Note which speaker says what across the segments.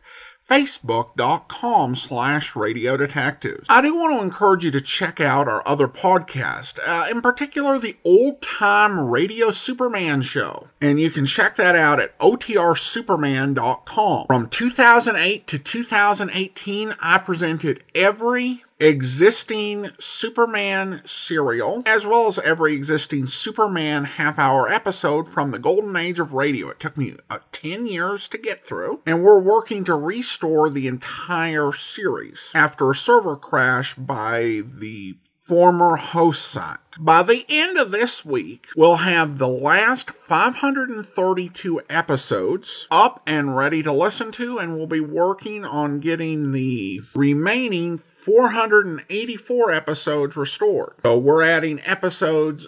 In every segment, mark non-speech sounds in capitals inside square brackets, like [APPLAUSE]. Speaker 1: facebook.com slash radio detectives. I do want to encourage you to check out our other podcast, uh, in particular the old time radio Superman show. And you can check that out at otrsuperman.com. From 2008 to 2018, I presented every existing Superman serial, as well as every existing Superman half hour episode from the golden age of radio. It took me uh, 10 years to get through, and we're working to restore the entire series after a server crash by the former host site. By the end of this week, we'll have the last 532 episodes up and ready to listen to, and we'll be working on getting the remaining 484 episodes restored. So we're adding episodes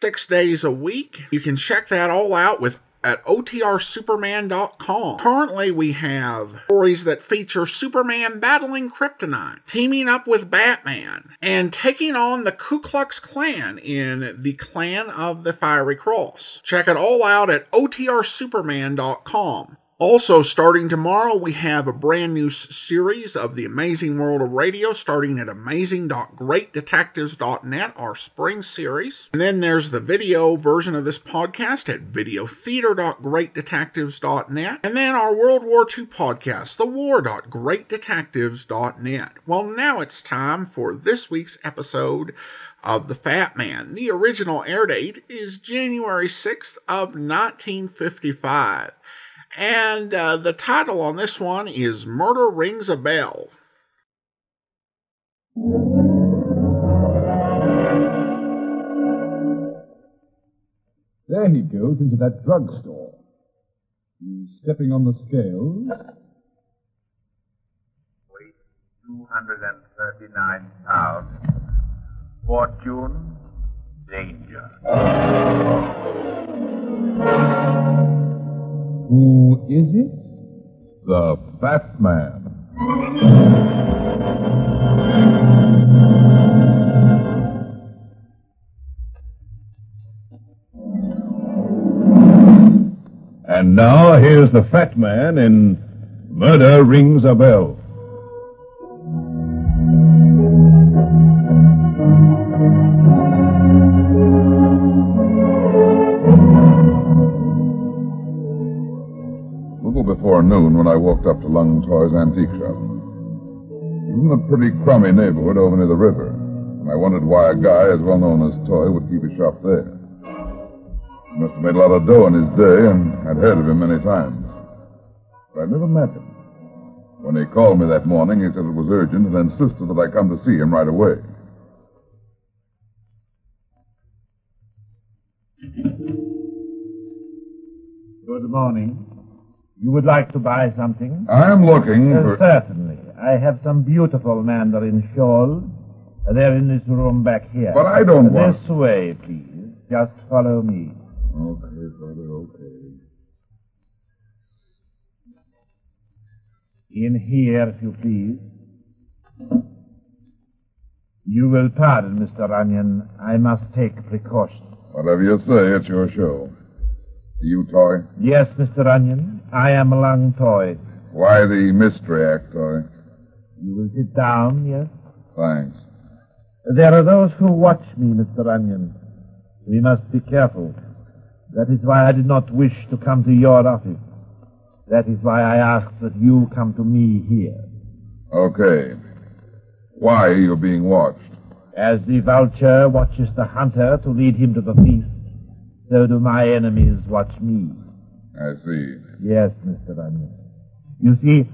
Speaker 1: six days a week. You can check that all out with at OTRSuperman.com. Currently, we have stories that feature Superman battling Kryptonite, teaming up with Batman, and taking on the Ku Klux Klan in The Clan of the Fiery Cross. Check it all out at OTRSuperman.com. Also, starting tomorrow, we have a brand new s- series of The Amazing World of Radio starting at amazing.greatdetectives.net, our spring series. And then there's the video version of this podcast at videotheater.greatdetectives.net. And then our World War II podcast, thewar.greatdetectives.net. Well, now it's time for this week's episode of The Fat Man. The original air date is January 6th of 1955. And uh, the title on this one is Murder Rings a Bell.
Speaker 2: There he goes into that drugstore. He's stepping on the scales.
Speaker 3: weight 239 pounds. Fortune, danger.
Speaker 2: Who is it?
Speaker 4: The Batman. And now here's the Fat Man in Murder Rings a Bell. little before noon when I walked up to Lung Toy's antique shop. It was in a pretty crummy neighborhood over near the river, and I wondered why a guy as well known as Toy would keep his shop there. He must have made a lot of dough in his day, and I'd heard of him many times. But I'd never met him. When he called me that morning, he said it was urgent and insisted that I come to see him right away.
Speaker 5: Good morning. You would like to buy something?
Speaker 4: I'm looking
Speaker 5: Uh,
Speaker 4: for.
Speaker 5: certainly. I have some beautiful mandarin shawls. Uh, They're in this room back here.
Speaker 4: But I don't want-
Speaker 5: This way, please. Just follow me.
Speaker 4: Okay, brother, okay.
Speaker 5: In here, if you please. You will pardon, Mr. Runyon. I must take precautions.
Speaker 4: Whatever you say, it's your show. You, Toy?
Speaker 5: Yes, Mr. Runyon. I am Lung Toy.
Speaker 4: Why the mystery act, Toy?
Speaker 5: You will sit down, yes?
Speaker 4: Thanks.
Speaker 5: There are those who watch me, Mr. Runyon. We must be careful. That is why I did not wish to come to your office. That is why I asked that you come to me here.
Speaker 4: Okay. Why are you being watched?
Speaker 5: As the vulture watches the hunter to lead him to the feast, so do my enemies watch me.
Speaker 4: I see.
Speaker 5: Yes, Mr. Runyon. You see,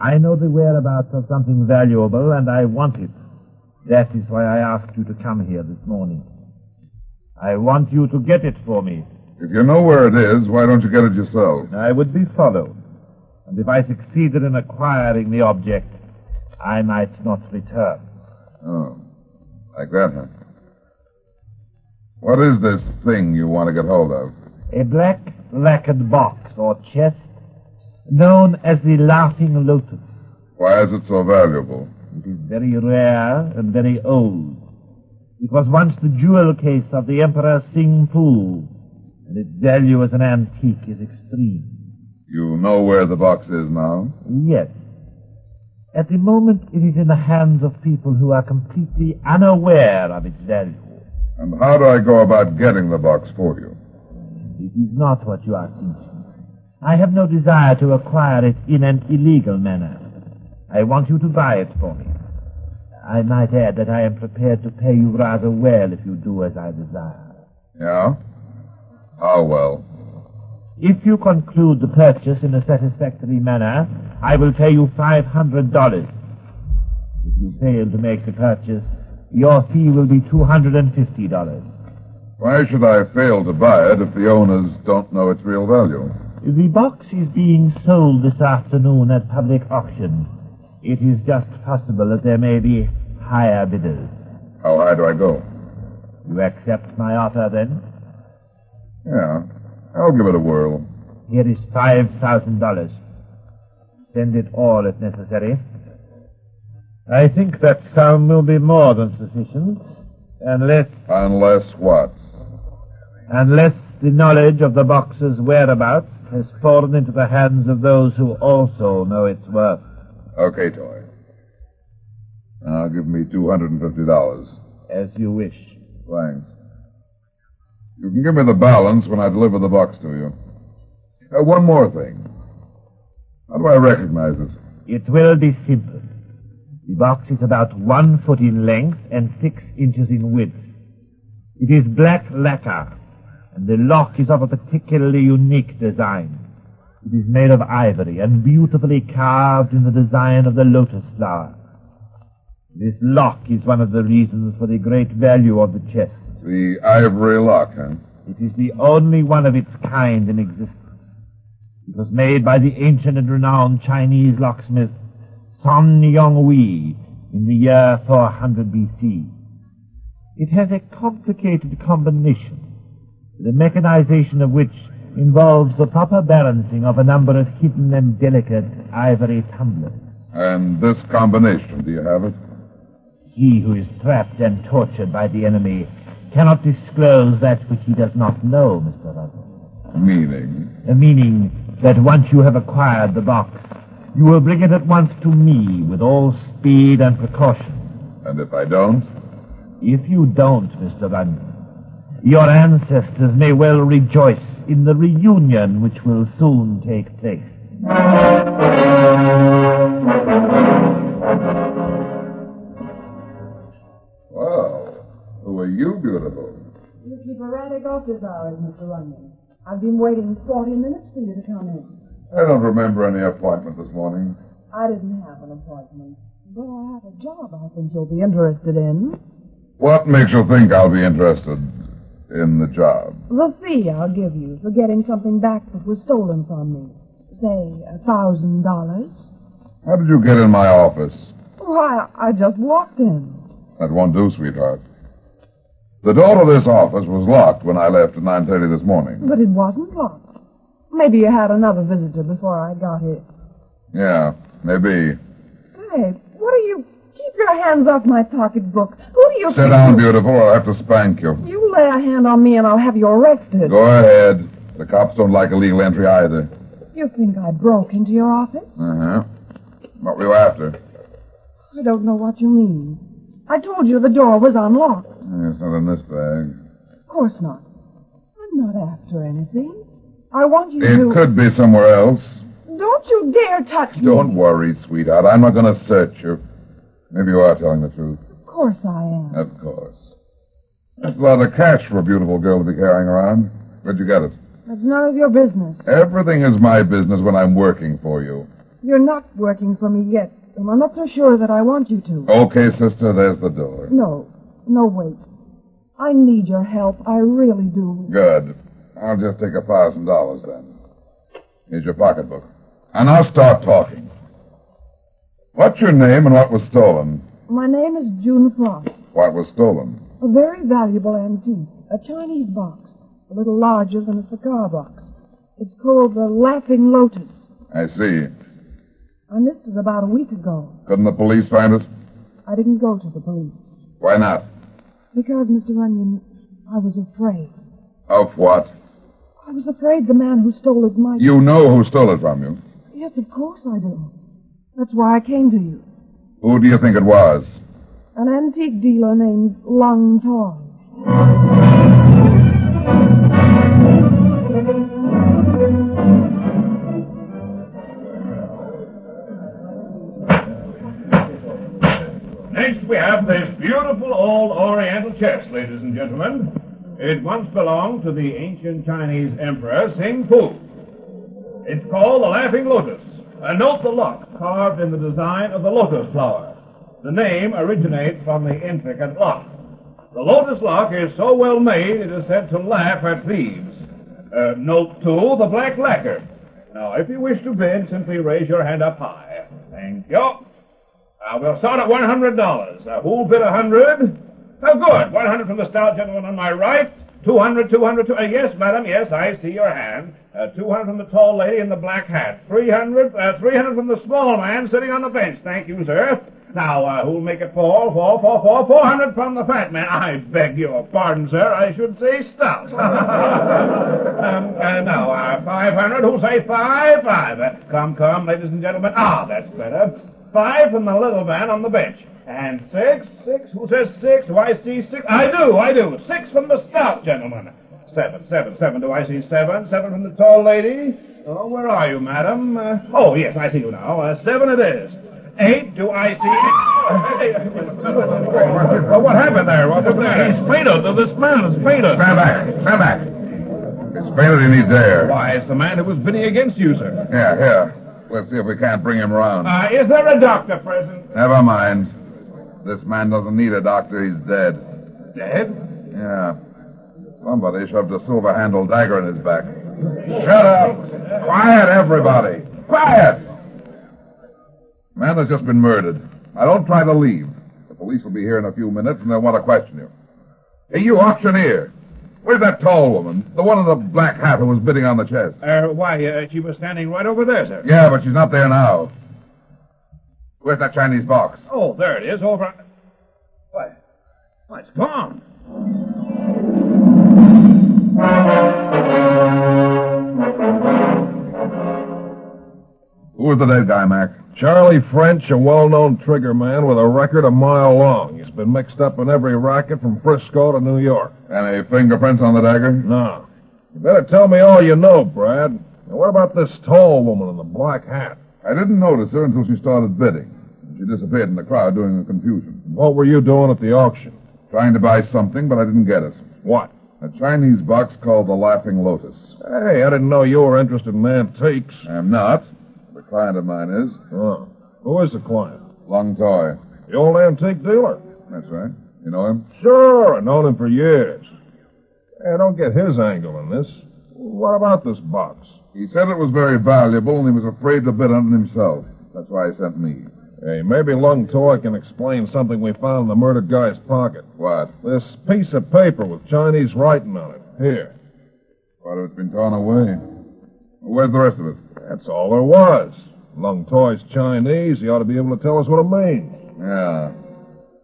Speaker 5: I know the whereabouts of something valuable, and I want it. That is why I asked you to come here this morning. I want you to get it for me.
Speaker 4: If you know where it is, why don't you get it yourself?
Speaker 5: I would be followed. And if I succeeded in acquiring the object, I might not return.
Speaker 4: Oh. Like that, huh? What is this thing you want to get hold of?
Speaker 5: a black lacquered box or chest known as the Laughing Lotus.
Speaker 4: Why is it so valuable?
Speaker 5: It is very rare and very old. It was once the jewel case of the Emperor Sing Fu, and its value as an antique is extreme.
Speaker 4: You know where the box is now?
Speaker 5: Yes. At the moment, it is in the hands of people who are completely unaware of its value.
Speaker 4: And how do I go about getting the box for you?
Speaker 5: It is not what you are thinking. I have no desire to acquire it in an illegal manner. I want you to buy it for me. I might add that I am prepared to pay you rather well if you do as I desire.
Speaker 4: Yeah? How well?
Speaker 5: If you conclude the purchase in a satisfactory manner, I will pay you five hundred dollars. If you fail to make the purchase, your fee will be two hundred and fifty dollars.
Speaker 4: Why should I fail to buy it if the owners don't know its real value?
Speaker 5: The box is being sold this afternoon at public auction. It is just possible that there may be higher bidders.
Speaker 4: How high do I go?
Speaker 5: You accept my offer then?
Speaker 4: Yeah. I'll give it a whirl.
Speaker 5: Here is five thousand dollars. Spend it all if necessary. I think that sum will be more than sufficient, unless
Speaker 4: Unless what?
Speaker 5: unless the knowledge of the box's whereabouts has fallen into the hands of those who also know its worth.
Speaker 4: Okay, Toy. Now give me $250.
Speaker 5: As you wish.
Speaker 4: Thanks. You can give me the balance when I deliver the box to you. Uh, one more thing. How do I recognize it?
Speaker 5: It will be simple. The box is about one foot in length and six inches in width. It is black lacquer, and the lock is of a particularly unique design. It is made of ivory and beautifully carved in the design of the lotus flower. This lock is one of the reasons for the great value of the chest.
Speaker 4: The ivory lock, huh?
Speaker 5: It is the only one of its kind in existence. It was made by the ancient and renowned Chinese locksmith Son Yonghui in the year 400 BC. It has a complicated combination, the mechanization of which involves the proper balancing of a number of hidden and delicate ivory tumblers.
Speaker 4: And this combination, do you have it?
Speaker 5: He who is trapped and tortured by the enemy cannot disclose that which he does not know, Mr. Russell.
Speaker 4: Meaning?
Speaker 5: Uh, meaning that once you have acquired the box, you will bring it at once to me with all speed and precaution.
Speaker 4: And if I don't?
Speaker 5: If you don't, Mr. London, your ancestors may well rejoice in the reunion which will soon take place.
Speaker 4: Wow. Who are you, beautiful?
Speaker 6: You keep erratic office hours, Mr. Runyon. I've been waiting 40 minutes for you to come in.
Speaker 4: I don't remember any appointment this morning.
Speaker 6: I didn't have an appointment. But I have a job I think you'll be interested in.
Speaker 4: What makes you think I'll be interested in the job?
Speaker 6: The fee I'll give you for getting something back that was stolen from me. Say, a thousand dollars.
Speaker 4: How did you get in my office?
Speaker 6: Why, I just walked in.
Speaker 4: That won't do, sweetheart. The door to this office was locked when I left at 9.30 this morning.
Speaker 6: But it wasn't locked. Maybe you had another visitor before I got here.
Speaker 4: Yeah, maybe.
Speaker 6: Say, what are you... Keep your hands off my pocketbook. Who do you
Speaker 4: Sit
Speaker 6: think
Speaker 4: down,
Speaker 6: you...
Speaker 4: beautiful, or I'll have to spank you.
Speaker 6: You lay a hand on me and I'll have you arrested.
Speaker 4: Go ahead. The cops don't like illegal entry either.
Speaker 6: You think I broke into your office?
Speaker 4: Uh-huh. What were you after?
Speaker 6: I don't know what you mean. I told you the door was unlocked.
Speaker 4: Yeah, It's not in this bag.
Speaker 6: Of course not. I'm not after anything. I want you to.
Speaker 4: It could be somewhere else.
Speaker 6: Don't you dare touch me.
Speaker 4: Don't worry, sweetheart. I'm not going to search you. Maybe you are telling the truth.
Speaker 6: Of course I am.
Speaker 4: Of course. That's a lot of cash for a beautiful girl to be carrying around. Where'd you get it?
Speaker 6: That's none of your business.
Speaker 4: Everything is my business when I'm working for you.
Speaker 6: You're not working for me yet, and I'm not so sure that I want you to.
Speaker 4: Okay, sister, there's the door.
Speaker 6: No, no, wait. I need your help. I really do.
Speaker 4: Good. I'll just take a thousand dollars then. Here's your pocketbook. And I'll start talking. What's your name and what was stolen?
Speaker 6: My name is June Frost.
Speaker 4: What was stolen?
Speaker 6: A very valuable antique, a Chinese box. a little larger than a cigar box. It's called the Laughing Lotus.
Speaker 4: I see.
Speaker 6: And this is about a week ago.
Speaker 4: Couldn't the police find us?
Speaker 6: I didn't go to the police.
Speaker 4: Why not?
Speaker 6: Because, Mr. Runyon, I was afraid.
Speaker 4: Of what?
Speaker 6: I was afraid the man who stole it might.
Speaker 4: You know who stole it from you.
Speaker 6: Yes, of course I do. That's why I came to you.
Speaker 4: Who do you think it was?
Speaker 6: An antique dealer named Lung Tong.
Speaker 7: Next, we have this beautiful old Oriental chest, ladies and gentlemen. It once belonged to the ancient Chinese emperor Sing Fu. It's called the Laughing Lotus, and note the lock carved in the design of the lotus flower. The name originates from the intricate lock. The lotus lock is so well made it is said to laugh at thieves. Uh, note two, the black lacquer. Now, if you wish to bid, simply raise your hand up high. Thank you. Uh, we'll start at one hundred dollars. Uh, who'll bid a hundred? Oh, good. One hundred from the stout gentleman on my right. Two hundred, two hundred, two. Uh, yes, madam. Yes, I see your hand. Uh, two hundred from the tall lady in the black hat. Three hundred, uh, three hundred from the small man sitting on the bench. Thank you, sir. Now, uh, who'll make it four, four, four, four, four hundred from the fat man? I beg your pardon, sir. I should say stout. [LAUGHS] um, uh, now, uh, five hundred. Who'll say five, five? Uh, come, come, ladies and gentlemen. Ah, that's better. Five from the little man on the bench. And six, six, who says six? Do I see six? I do, I do. Six from the stout gentleman. Seven, seven, seven. Do I see seven? Seven from the tall lady. Oh, where are you, madam? Uh, oh, yes, I see you now. Uh, seven it is. Eight, do I see eight? well, what happened there? What's the matter? He's fainted. This man is fainted.
Speaker 4: Stand back. Stand back. It's fainted. He needs air.
Speaker 7: Why, it's the man who was bidding against you, sir.
Speaker 4: Here, here. Let's see if we can't bring him around.
Speaker 7: Uh, is there a doctor present?
Speaker 4: Never mind. This man doesn't need a doctor. He's dead.
Speaker 7: Dead?
Speaker 4: Yeah. Somebody shoved a silver handled dagger in his back. Shut up. Quiet, everybody. Quiet. Man has just been murdered. Now don't try to leave. The police will be here in a few minutes and they'll want to question you. Hey, you auctioneer. Where's that tall woman? The one in the black hat who was bidding on the chest.
Speaker 7: Uh, why, uh, she was standing right over there, sir.
Speaker 4: Yeah, but she's not there now. Where's that Chinese box?
Speaker 7: Oh, there it is, over. Why, why it's gone.
Speaker 4: Who was the dead guy, Mac?
Speaker 8: Charlie French, a well known trigger man with a record a mile long. He's been mixed up in every racket from Frisco to New York.
Speaker 4: Any fingerprints on the dagger?
Speaker 8: No. You better tell me all you know, Brad. Now, what about this tall woman in the black hat?
Speaker 4: I didn't notice her until she started bidding. She disappeared in the crowd during the confusion.
Speaker 8: What were you doing at the auction?
Speaker 4: Trying to buy something, but I didn't get it.
Speaker 8: What?
Speaker 4: A Chinese box called the Laughing Lotus.
Speaker 8: Hey, I didn't know you were interested in antiques.
Speaker 4: I'm not. The client of mine is.
Speaker 8: Oh. Who is the client?
Speaker 4: Lung Toy.
Speaker 8: The old antique dealer.
Speaker 4: That's right. You know him?
Speaker 8: Sure, I've known him for years. Hey, I don't get his angle in this. What about this box?
Speaker 4: He said it was very valuable and he was afraid to bid on it himself. That's why he sent me.
Speaker 8: Hey, maybe Lung Toy can explain something we found in the murdered guy's pocket.
Speaker 4: What?
Speaker 8: This piece of paper with Chinese writing on it. Here.
Speaker 4: What if it's been torn away? Where's the rest of it?
Speaker 8: That's all there was. Lung Toy's Chinese. He ought to be able to tell us what it means.
Speaker 4: Yeah.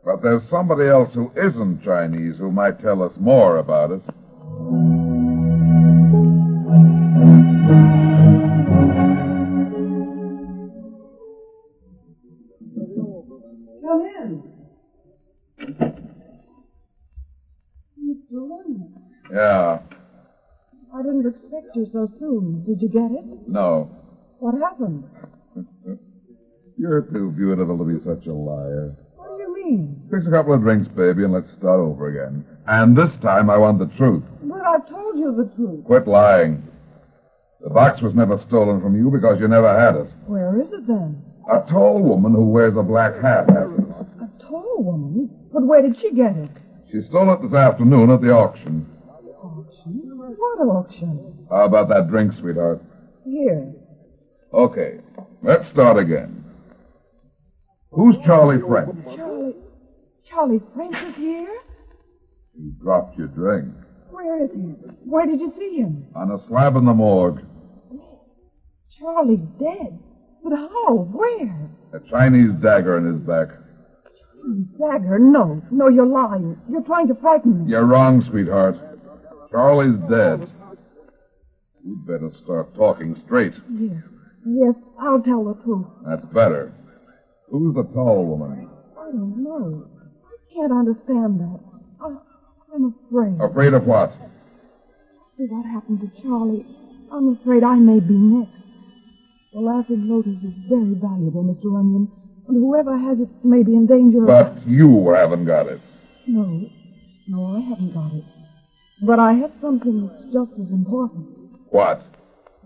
Speaker 4: But there's somebody else who isn't Chinese who might tell us more about it.
Speaker 6: Come in. Mr. Runyon,
Speaker 4: Yeah.
Speaker 6: I didn't expect you so soon. Did you get it?
Speaker 4: No.
Speaker 6: What happened?
Speaker 4: You're too beautiful to be such a liar.
Speaker 6: What do you mean?
Speaker 4: Fix a couple of drinks, baby, and let's start over again. And this time I want the truth.
Speaker 6: But I've told you the truth.
Speaker 4: Quit lying. The box was never stolen from you because you never had it.
Speaker 6: Where is it then?
Speaker 4: A tall woman who wears a black hat has it.
Speaker 6: A tall woman? But where did she get it?
Speaker 4: She stole it this afternoon at the auction.
Speaker 6: Auction? What auction?
Speaker 4: How about that drink, sweetheart?
Speaker 6: Here.
Speaker 4: Okay, let's start again. Who's Charlie French?
Speaker 6: Charlie. Charlie French is here?
Speaker 4: You dropped your drink.
Speaker 6: Well, Where is he? Where did you see him?
Speaker 4: On a slab in the morgue.
Speaker 6: Charlie dead. But how? Where?
Speaker 4: A Chinese dagger in his back.
Speaker 6: Dagger, no. No, you're lying. You're trying to frighten me.
Speaker 4: You're wrong, sweetheart. Charlie's dead. You'd better start talking straight.
Speaker 6: Yes. Yes, I'll tell the truth.
Speaker 4: That's better. Who's the tall woman?
Speaker 6: I don't know. I can't understand that. I, I'm afraid.
Speaker 4: Afraid of what?
Speaker 6: After what happened to Charlie, I'm afraid I may be next. The laughing lotus is very valuable, Mr. Runyon, and whoever has it may be in danger of.
Speaker 4: But you haven't got it.
Speaker 6: No, no, I haven't got it. But I have something that's just as important.
Speaker 4: What?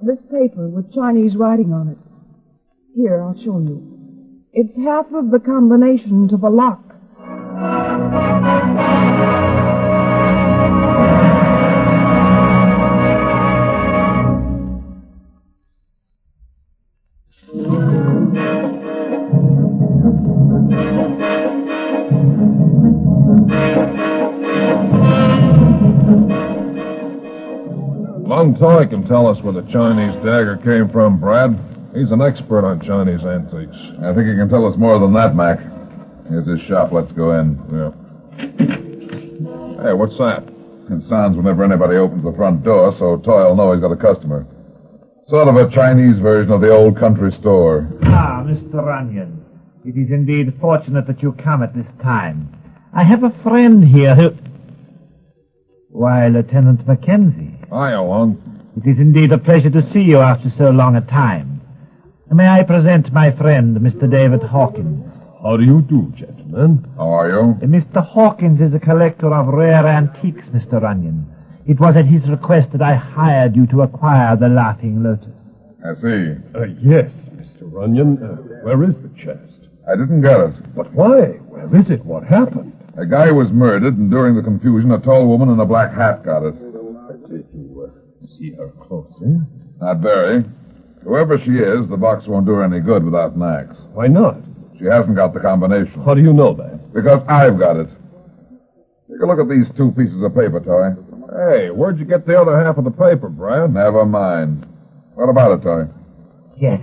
Speaker 6: This paper with Chinese writing on it. Here, I'll show you. It's half of the combination to the lock.
Speaker 8: Lung Toy can tell us where the Chinese dagger came from, Brad. He's an expert on Chinese antiques.
Speaker 4: I think he can tell us more than that, Mac. Here's his shop. Let's go in.
Speaker 8: Yeah. Hey, what's that?
Speaker 4: It sounds whenever anybody opens the front door, so Toy'll know he's got a customer. Sort of a Chinese version of the old country store.
Speaker 5: Ah, Mr. Runyon, it is indeed fortunate that you come at this time. I have a friend here who. Why, Lieutenant Mackenzie,
Speaker 8: Hiya, Lung.
Speaker 5: it is indeed a pleasure to see you after so long a time. May I present my friend, Mr. David Hawkins?
Speaker 8: How do you do, gentlemen?
Speaker 4: How are you?
Speaker 5: Uh, Mr. Hawkins is a collector of rare antiques, Mr. Runyon. It was at his request that I hired you to acquire the Laughing Lotus.
Speaker 4: I see.
Speaker 9: Uh, yes, Mr. Runyon. Uh, where is the chest?
Speaker 4: I didn't get it.
Speaker 9: But why? Where is it? What happened?
Speaker 4: A guy was murdered, and during the confusion, a tall woman in a black hat got it.
Speaker 9: Did you uh, see her eh? closely?
Speaker 4: Not very. Whoever she is, the box won't do her any good without an axe.
Speaker 9: Why not?
Speaker 4: She hasn't got the combination.
Speaker 9: How do you know that?
Speaker 4: Because I've got it. Take a look at these two pieces of paper, Toy.
Speaker 8: Hey, where'd you get the other half of the paper, Brad?
Speaker 4: Never mind. What about it, Toy?
Speaker 5: Yes.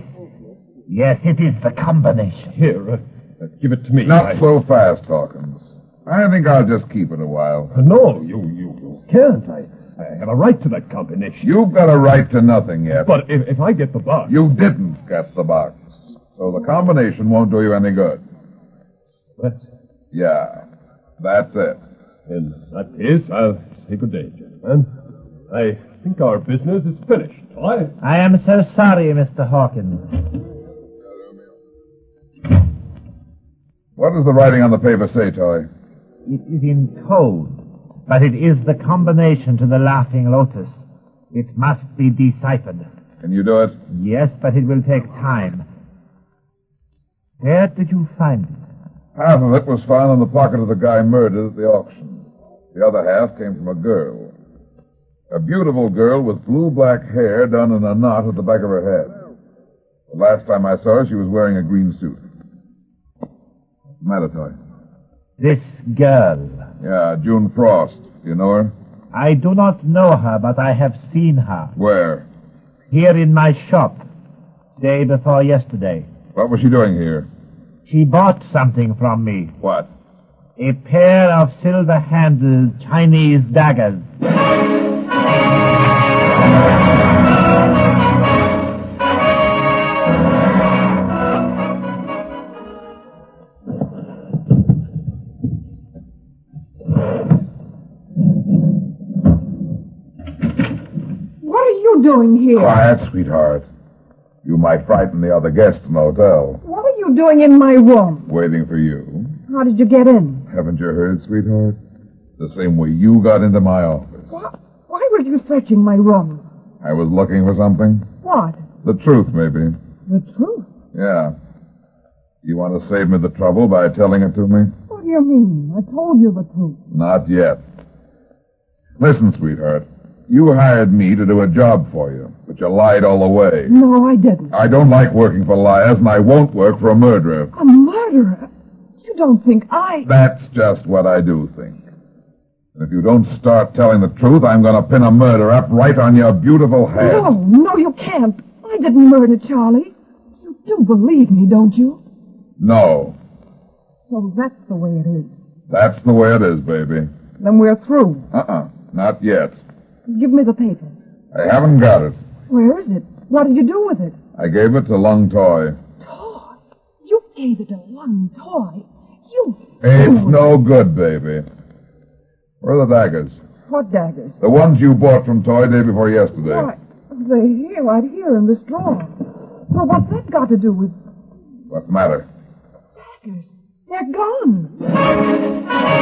Speaker 5: Yes, it is the combination.
Speaker 9: Here, uh, uh, give it to me.
Speaker 4: Not
Speaker 9: I-
Speaker 4: so fast, Hawkins. I think I'll just keep it a while.
Speaker 9: Uh, No, you, you, you can't. I, I have a right to that combination.
Speaker 4: You've got a right to nothing yet.
Speaker 9: But if, if I get the box.
Speaker 4: You didn't get the box. So the combination won't do you any good.
Speaker 9: That's it.
Speaker 4: Yeah. That's it.
Speaker 9: In that case, I'll say good day, gentlemen. I think our business is finished. I.
Speaker 5: I am so sorry, Mr. Hawkins.
Speaker 4: What does the writing on the paper say, Toy?
Speaker 5: It is in code, but it is the combination to the Laughing Lotus. It must be deciphered.
Speaker 4: Can you do it?
Speaker 5: Yes, but it will take time. Where did you find it?
Speaker 4: Half of it was found in the pocket of the guy murdered at the auction. The other half came from a girl. A beautiful girl with blue black hair done in a knot at the back of her head. The last time I saw her, she was wearing a green suit. What's the matter, Toy?
Speaker 5: This girl.
Speaker 4: Yeah, June Frost. Do you know her?
Speaker 5: I do not know her, but I have seen her
Speaker 4: Where?
Speaker 5: here in my shop day before yesterday.
Speaker 4: What was she doing here?
Speaker 5: She bought something from me
Speaker 4: What?
Speaker 5: a pair of silver handled Chinese daggers.
Speaker 6: What are you doing here?
Speaker 4: Quiet, sweetheart. You might frighten the other guests in the hotel.
Speaker 6: What are you doing in my room?
Speaker 4: Waiting for you.
Speaker 6: How did you get in?
Speaker 4: Haven't you heard, sweetheart? The same way you got into my office.
Speaker 6: Why, why were you searching my room?
Speaker 4: I was looking for something.
Speaker 6: What?
Speaker 4: The truth, maybe.
Speaker 6: The truth?
Speaker 4: Yeah. You want to save me the trouble by telling it to me?
Speaker 6: What do you mean? I told you the truth.
Speaker 4: Not yet. Listen, sweetheart. You hired me to do a job for you, but you lied all the way.
Speaker 6: No, I didn't.
Speaker 4: I don't like working for liars, and I won't work for a murderer.
Speaker 6: A murderer? You don't think I.
Speaker 4: That's just what I do think. And if you don't start telling the truth, I'm going to pin a murder up right on your beautiful head.
Speaker 6: No, no, you can't. I didn't murder Charlie. You do believe me, don't you?
Speaker 4: No.
Speaker 6: So that's the way it is.
Speaker 4: That's the way it is, baby.
Speaker 6: Then we're through.
Speaker 4: Uh-uh. Not yet.
Speaker 6: Give me the paper.
Speaker 4: I haven't got it.
Speaker 6: Where is it? What did you do with it?
Speaker 4: I gave it to Lung Toy.
Speaker 6: Toy? You gave it a long toy. You.
Speaker 4: It's no good, baby. Where are the daggers?
Speaker 6: What daggers?
Speaker 4: The ones you bought from Toy day before yesterday.
Speaker 6: Why, they're here, right here in this drawer. Well, what's that got to do with
Speaker 4: What's the matter?
Speaker 6: daggers? They're gone.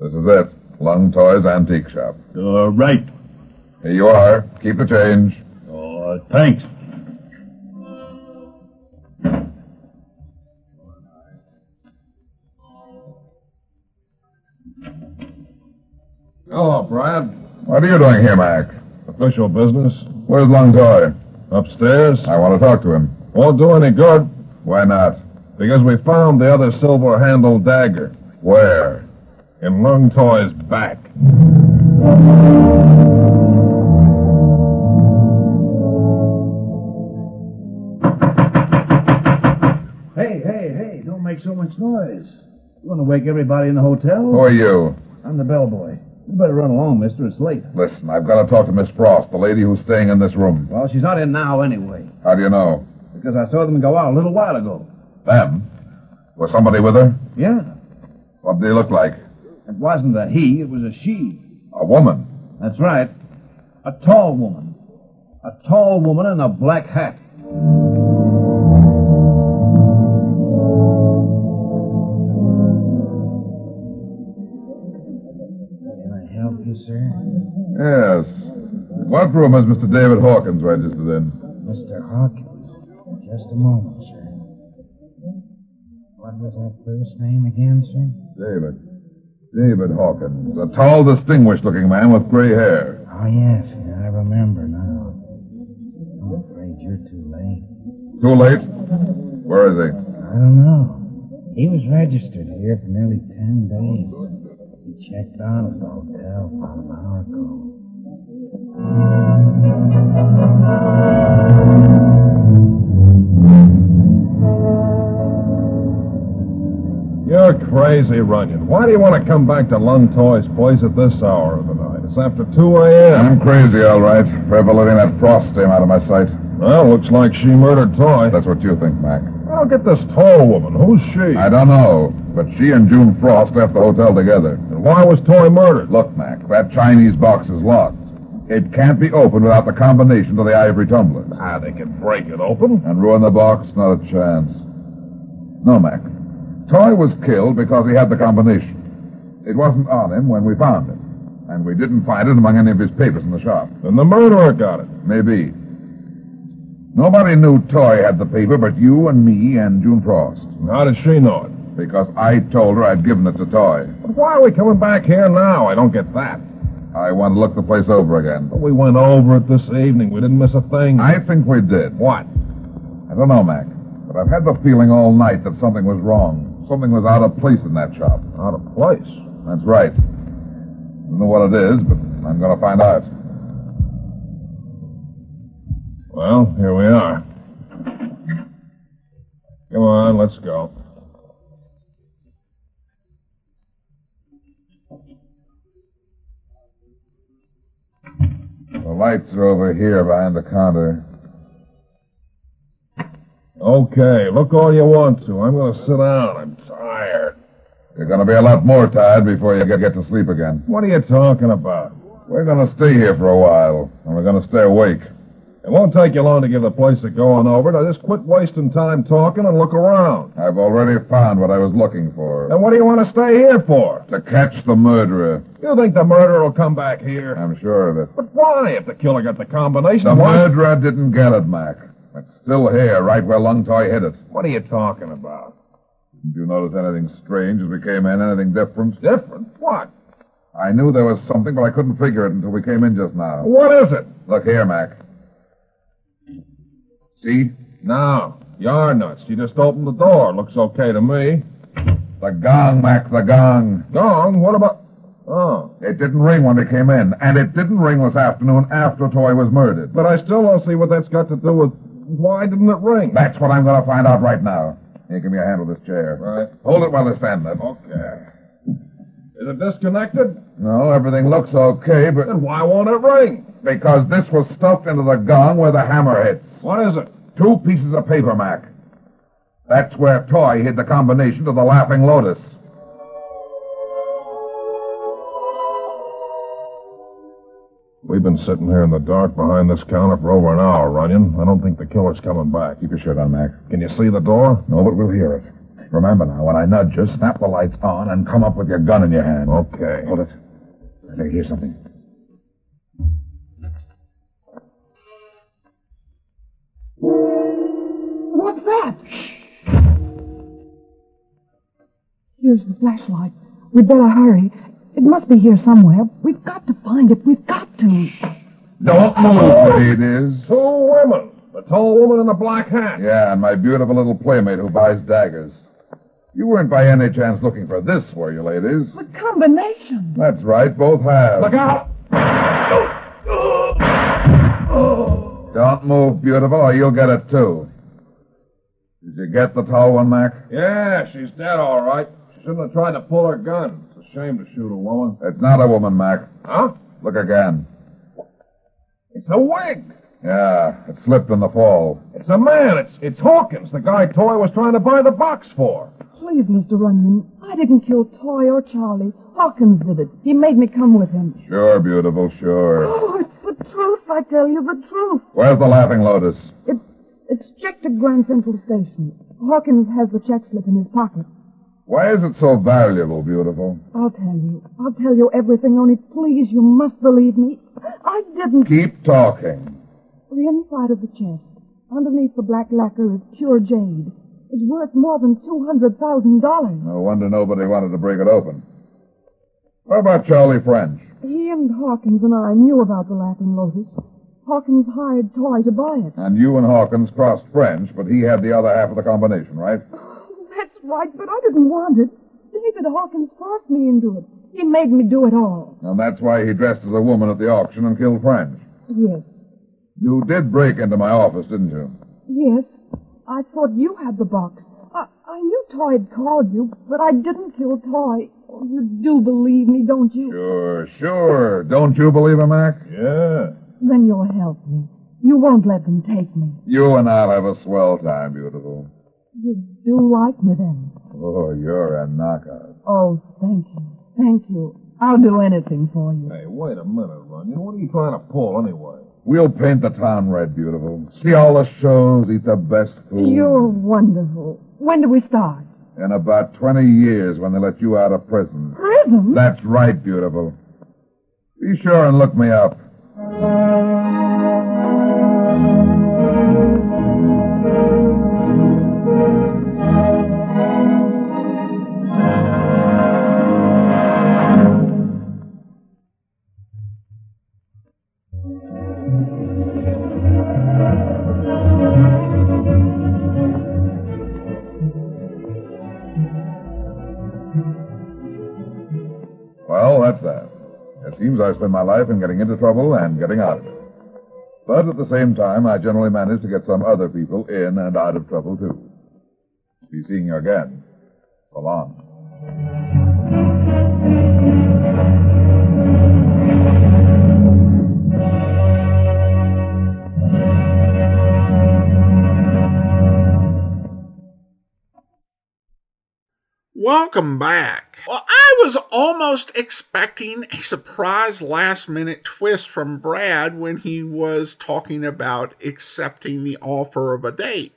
Speaker 4: This is it. Lung Toy's antique shop.
Speaker 9: All right.
Speaker 4: Here you are. Keep the change.
Speaker 9: Oh, thanks.
Speaker 8: Hello, Brad.
Speaker 4: What are you doing here, Mac?
Speaker 8: Official business.
Speaker 4: Where's Lung Toy?
Speaker 8: Upstairs.
Speaker 4: I want to talk to him.
Speaker 8: Won't do any good
Speaker 4: Why not?
Speaker 8: because we found the other silver-handled dagger
Speaker 4: Where?
Speaker 8: in Lung Toy's back.
Speaker 5: Hey, hey, hey, don't make so much noise. You want to wake everybody in the hotel?
Speaker 4: Who are you?
Speaker 5: I'm the bellboy. You better run along, mister. It's late.
Speaker 4: Listen, I've got to talk to Miss Frost, the lady who's staying in this room.
Speaker 5: Well, she's not in now anyway,
Speaker 4: How do you know?
Speaker 5: because I saw them go out a little while ago.
Speaker 4: Them? Was somebody with her?
Speaker 5: Yeah.
Speaker 4: What did he look like?
Speaker 5: It wasn't a he, it was a she.
Speaker 4: A woman.
Speaker 5: That's right. A tall woman. A tall woman in a black hat. Can I help you, sir?
Speaker 4: Yes. What room is Mr. David Hawkins registered in?
Speaker 5: Mr. Hawkins. Just a moment, sir. What was that first name again, sir?
Speaker 4: David. David Hawkins. A tall, distinguished looking man with gray hair.
Speaker 5: Oh, yes, I remember now. I'm afraid you're too late.
Speaker 4: Too late? Where is he?
Speaker 5: I don't know. He was registered here for nearly ten days. He checked out of the hotel about an hour ago.
Speaker 8: You're crazy, Runyon. Why do you want to come back to Lung Toy's place at this hour of the night? It's after 2 a.m.
Speaker 4: I'm crazy, all right, for ever letting that Frost dame out of my sight.
Speaker 8: Well, looks like she murdered Toy.
Speaker 4: That's what you think, Mac.
Speaker 8: I'll get this tall woman. Who's she?
Speaker 4: I don't know, but she and June Frost left the hotel together.
Speaker 8: And why was Toy murdered?
Speaker 4: Look, Mac, that Chinese box is locked. It can't be opened without the combination to the ivory tumbler.
Speaker 8: Ah, they can break it open.
Speaker 4: And ruin the box? Not a chance. No, Mac. Toy was killed because he had the combination. It wasn't on him when we found it. And we didn't find it among any of his papers in the shop.
Speaker 8: And the murderer got it.
Speaker 4: Maybe. Nobody knew Toy had the paper but you and me and June Frost.
Speaker 8: And How does she know it?
Speaker 4: Because I told her I'd given it to Toy.
Speaker 8: But why are we coming back here now? I don't get that.
Speaker 4: I want to look the place over again.
Speaker 8: But we went over it this evening. We didn't miss a thing.
Speaker 4: I think we did.
Speaker 8: What?
Speaker 4: I don't know, Mac, but I've had the feeling all night that something was wrong. Something was out of place in that shop.
Speaker 8: Out of place.
Speaker 4: That's right. Don't know what it is, but I'm going to find out.
Speaker 8: Well, here we are. Come on, let's go.
Speaker 4: The lights are over here behind the counter.
Speaker 8: Okay, look all you want to. I'm going to sit down. I'm tired.
Speaker 4: You're going to be a lot more tired before you get to sleep again.
Speaker 8: What are you talking about?
Speaker 4: We're going to stay here for a while, and we're going to stay awake.
Speaker 8: It won't take you long to give the place a going over. Now just quit wasting time talking and look around.
Speaker 4: I've already found what I was looking for.
Speaker 8: And what do you want to stay here for?
Speaker 4: To catch the murderer.
Speaker 8: You think the murderer will come back here?
Speaker 4: I'm sure of it.
Speaker 8: But why? If the killer got the combination,
Speaker 4: The
Speaker 8: why?
Speaker 4: murderer didn't get it, Mac. It's still here, right where Lung Toy hid it.
Speaker 8: What are you talking about?
Speaker 4: Did you notice anything strange as we came in? Anything different?
Speaker 8: Different? What?
Speaker 4: I knew there was something, but I couldn't figure it until we came in just now.
Speaker 8: What is it?
Speaker 4: Look here, Mac. See?
Speaker 8: No. You're nuts. You just opened the door. Looks okay to me.
Speaker 4: The gong, Mac, the gong.
Speaker 8: Gong? What about. Oh.
Speaker 4: It didn't ring when we came in, and it didn't ring this afternoon after Toy was murdered.
Speaker 8: But I still don't see what that's got to do with. Why didn't it ring?
Speaker 4: That's what I'm going to find out right now. Here, give me a hand with this chair.
Speaker 8: Right.
Speaker 4: Hold it while I stand up.
Speaker 8: Okay. Is it disconnected?
Speaker 4: No, everything looks okay, but.
Speaker 8: Then why won't it ring?
Speaker 4: Because this was stuffed into the gong where the hammer hits.
Speaker 8: What is it?
Speaker 4: Two pieces of paper, Mac. That's where Toy hid the combination to the Laughing Lotus.
Speaker 8: We've been sitting here in the dark behind this counter for over an hour, Runyon. I don't think the killer's coming back.
Speaker 4: Keep your shirt on, Mac.
Speaker 8: Can you see the door?
Speaker 4: No, but we'll hear it. Remember now, when I nudge you, snap the lights on and come up with your gun in your hand.
Speaker 8: Okay.
Speaker 4: Hold it. I think I hear something.
Speaker 6: What's that? Here's the flashlight. We'd better hurry. It must be here somewhere. We've got to find it. We've got to.
Speaker 4: Don't move, ladies.
Speaker 8: Two women. The tall woman in the black hat.
Speaker 4: Yeah, and my beautiful little playmate who buys daggers. You weren't by any chance looking for this, were you, ladies?
Speaker 6: The combination.
Speaker 4: That's right, both have.
Speaker 8: Look out!
Speaker 4: Don't move, beautiful, or you'll get it too. Did you get the tall one, Mac?
Speaker 8: Yeah, she's dead, all right. She shouldn't have tried to pull her gun. It's a shame to shoot a woman.
Speaker 4: It's not a woman, Mac.
Speaker 8: Huh?
Speaker 4: Look again.
Speaker 8: It's a wig.
Speaker 4: Yeah, it slipped in the fall.
Speaker 8: It's a man. It's it's Hawkins, the guy Toy was trying to buy the box for.
Speaker 6: Please, Mr. Runyon, I didn't kill Toy or Charlie. Hawkins did it. He made me come with him.
Speaker 4: Sure, beautiful, sure.
Speaker 6: Oh, it's the truth, I tell you, the truth.
Speaker 4: Where's the Laughing Lotus?
Speaker 6: It's it's checked at Grand Central Station. Hawkins has the check slip in his pocket.
Speaker 4: Why is it so valuable, beautiful?
Speaker 6: I'll tell you. I'll tell you everything, only please, you must believe me. I didn't.
Speaker 4: Keep talking.
Speaker 6: The inside of the chest, underneath the black lacquer, is pure jade. It's worth more than $200,000.
Speaker 4: No wonder nobody wanted to break it open. What about Charlie French?
Speaker 6: He and Hawkins and I knew about the Laughing Lotus. Hawkins hired Toy to buy it.
Speaker 4: And you and Hawkins crossed French, but he had the other half of the combination, right?
Speaker 6: That's right, but I didn't want it. David Hawkins forced me into it. He made me do it all.
Speaker 4: And that's why he dressed as a woman at the auction and killed French.
Speaker 6: Yes,
Speaker 4: You did break into my office, didn't you?
Speaker 6: yes. I thought you had the box. I, I knew Toy had called you, but I didn't kill Toy. Oh, you do believe me, don't you?
Speaker 4: Sure, sure. Don't you believe him, Mac?
Speaker 8: Yeah.
Speaker 6: Then you'll help me. You won't let them take me.
Speaker 4: You and I'll have a swell time, beautiful.
Speaker 6: You do like me then.
Speaker 4: Oh, you're a knockout.
Speaker 6: Oh, thank you. Thank you. I'll do anything for you.
Speaker 8: Hey, wait a minute, Runyon. What are you trying to pull anyway?
Speaker 4: We'll paint the town red, beautiful. See all the shows, eat the best food.
Speaker 6: You're wonderful. When do we start?
Speaker 4: In about 20 years when they let you out of prison.
Speaker 6: Prison?
Speaker 4: That's right, beautiful. Be sure and look me up. Well, that's that. It seems I spend my life in getting into trouble and getting out of it. But at the same time, I generally manage to get some other people in and out of trouble, too. Be seeing you again. So long.
Speaker 1: Welcome back. Well, I was almost expecting a surprise last minute twist from Brad when he was talking about accepting the offer of a date.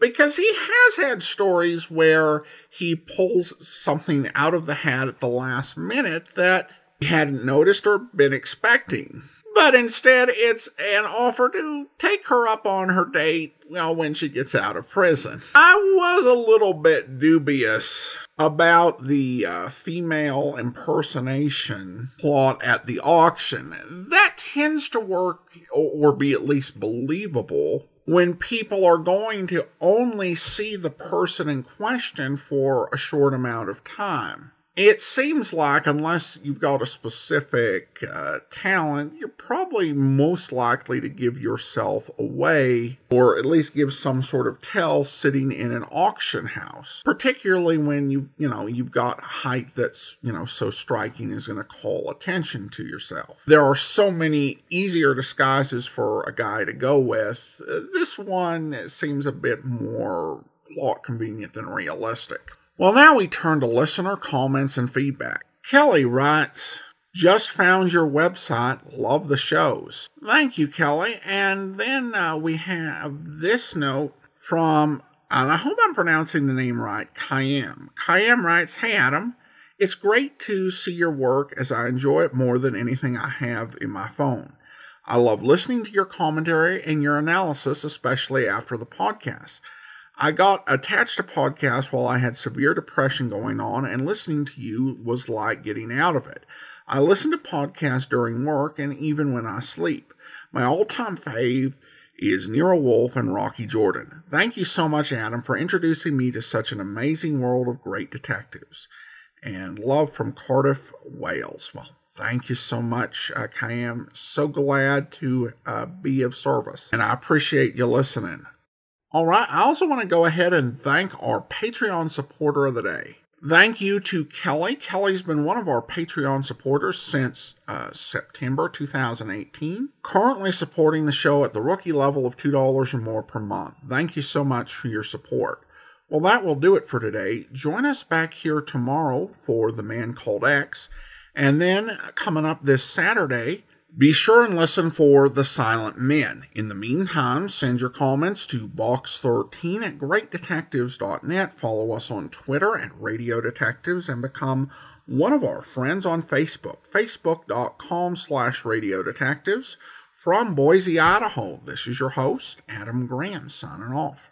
Speaker 1: Because he has had stories where he pulls something out of the hat at the last minute that he hadn't noticed or been expecting. But instead, it's an offer to take her up on her date you know, when she gets out of prison. I was a little bit dubious about the uh, female impersonation plot at the auction. That tends to work or, or be at least believable when people are going to only see the person in question for a short amount of time. It seems like, unless you've got a specific uh, talent, you're probably most likely to give yourself away or at least give some sort of tell sitting in an auction house, particularly when you, you know, you've got a height that's, you know, so striking is going to call attention to yourself. There are so many easier disguises for a guy to go with. Uh, This one seems a bit more plot convenient than realistic. Well, now we turn to listener comments and feedback. Kelly writes, just found your website. Love the shows. Thank you, Kelly. And then uh, we have this note from, and I hope I'm pronouncing the name right, Kayam. Kayam writes, Hey, Adam, it's great to see your work as I enjoy it more than anything I have in my phone. I love listening to your commentary and your analysis, especially after the podcast. I got attached to podcasts while I had severe depression going on, and listening to you was like getting out of it. I listen to podcasts during work and even when I sleep. My all time fave is Nero Wolf and Rocky Jordan. Thank you so much, Adam, for introducing me to such an amazing world of great detectives. And love from Cardiff, Wales. Well, thank you so much, uh, Cam. So glad to uh, be of service, and I appreciate you listening. All right, I also want to go ahead and thank our Patreon supporter of the day. Thank you to Kelly. Kelly's been one of our Patreon supporters since uh, September 2018, currently supporting the show at the rookie level of $2 or more per month. Thank you so much for your support. Well, that will do it for today. Join us back here tomorrow for The Man Called X. And then uh, coming up this Saturday, be sure and listen for The Silent Men. In the meantime, send your comments to box13 at greatdetectives.net. Follow us on Twitter at Radio Detectives and become one of our friends on Facebook, facebook.com slash radio detectives. From Boise, Idaho, this is your host, Adam Graham, signing off.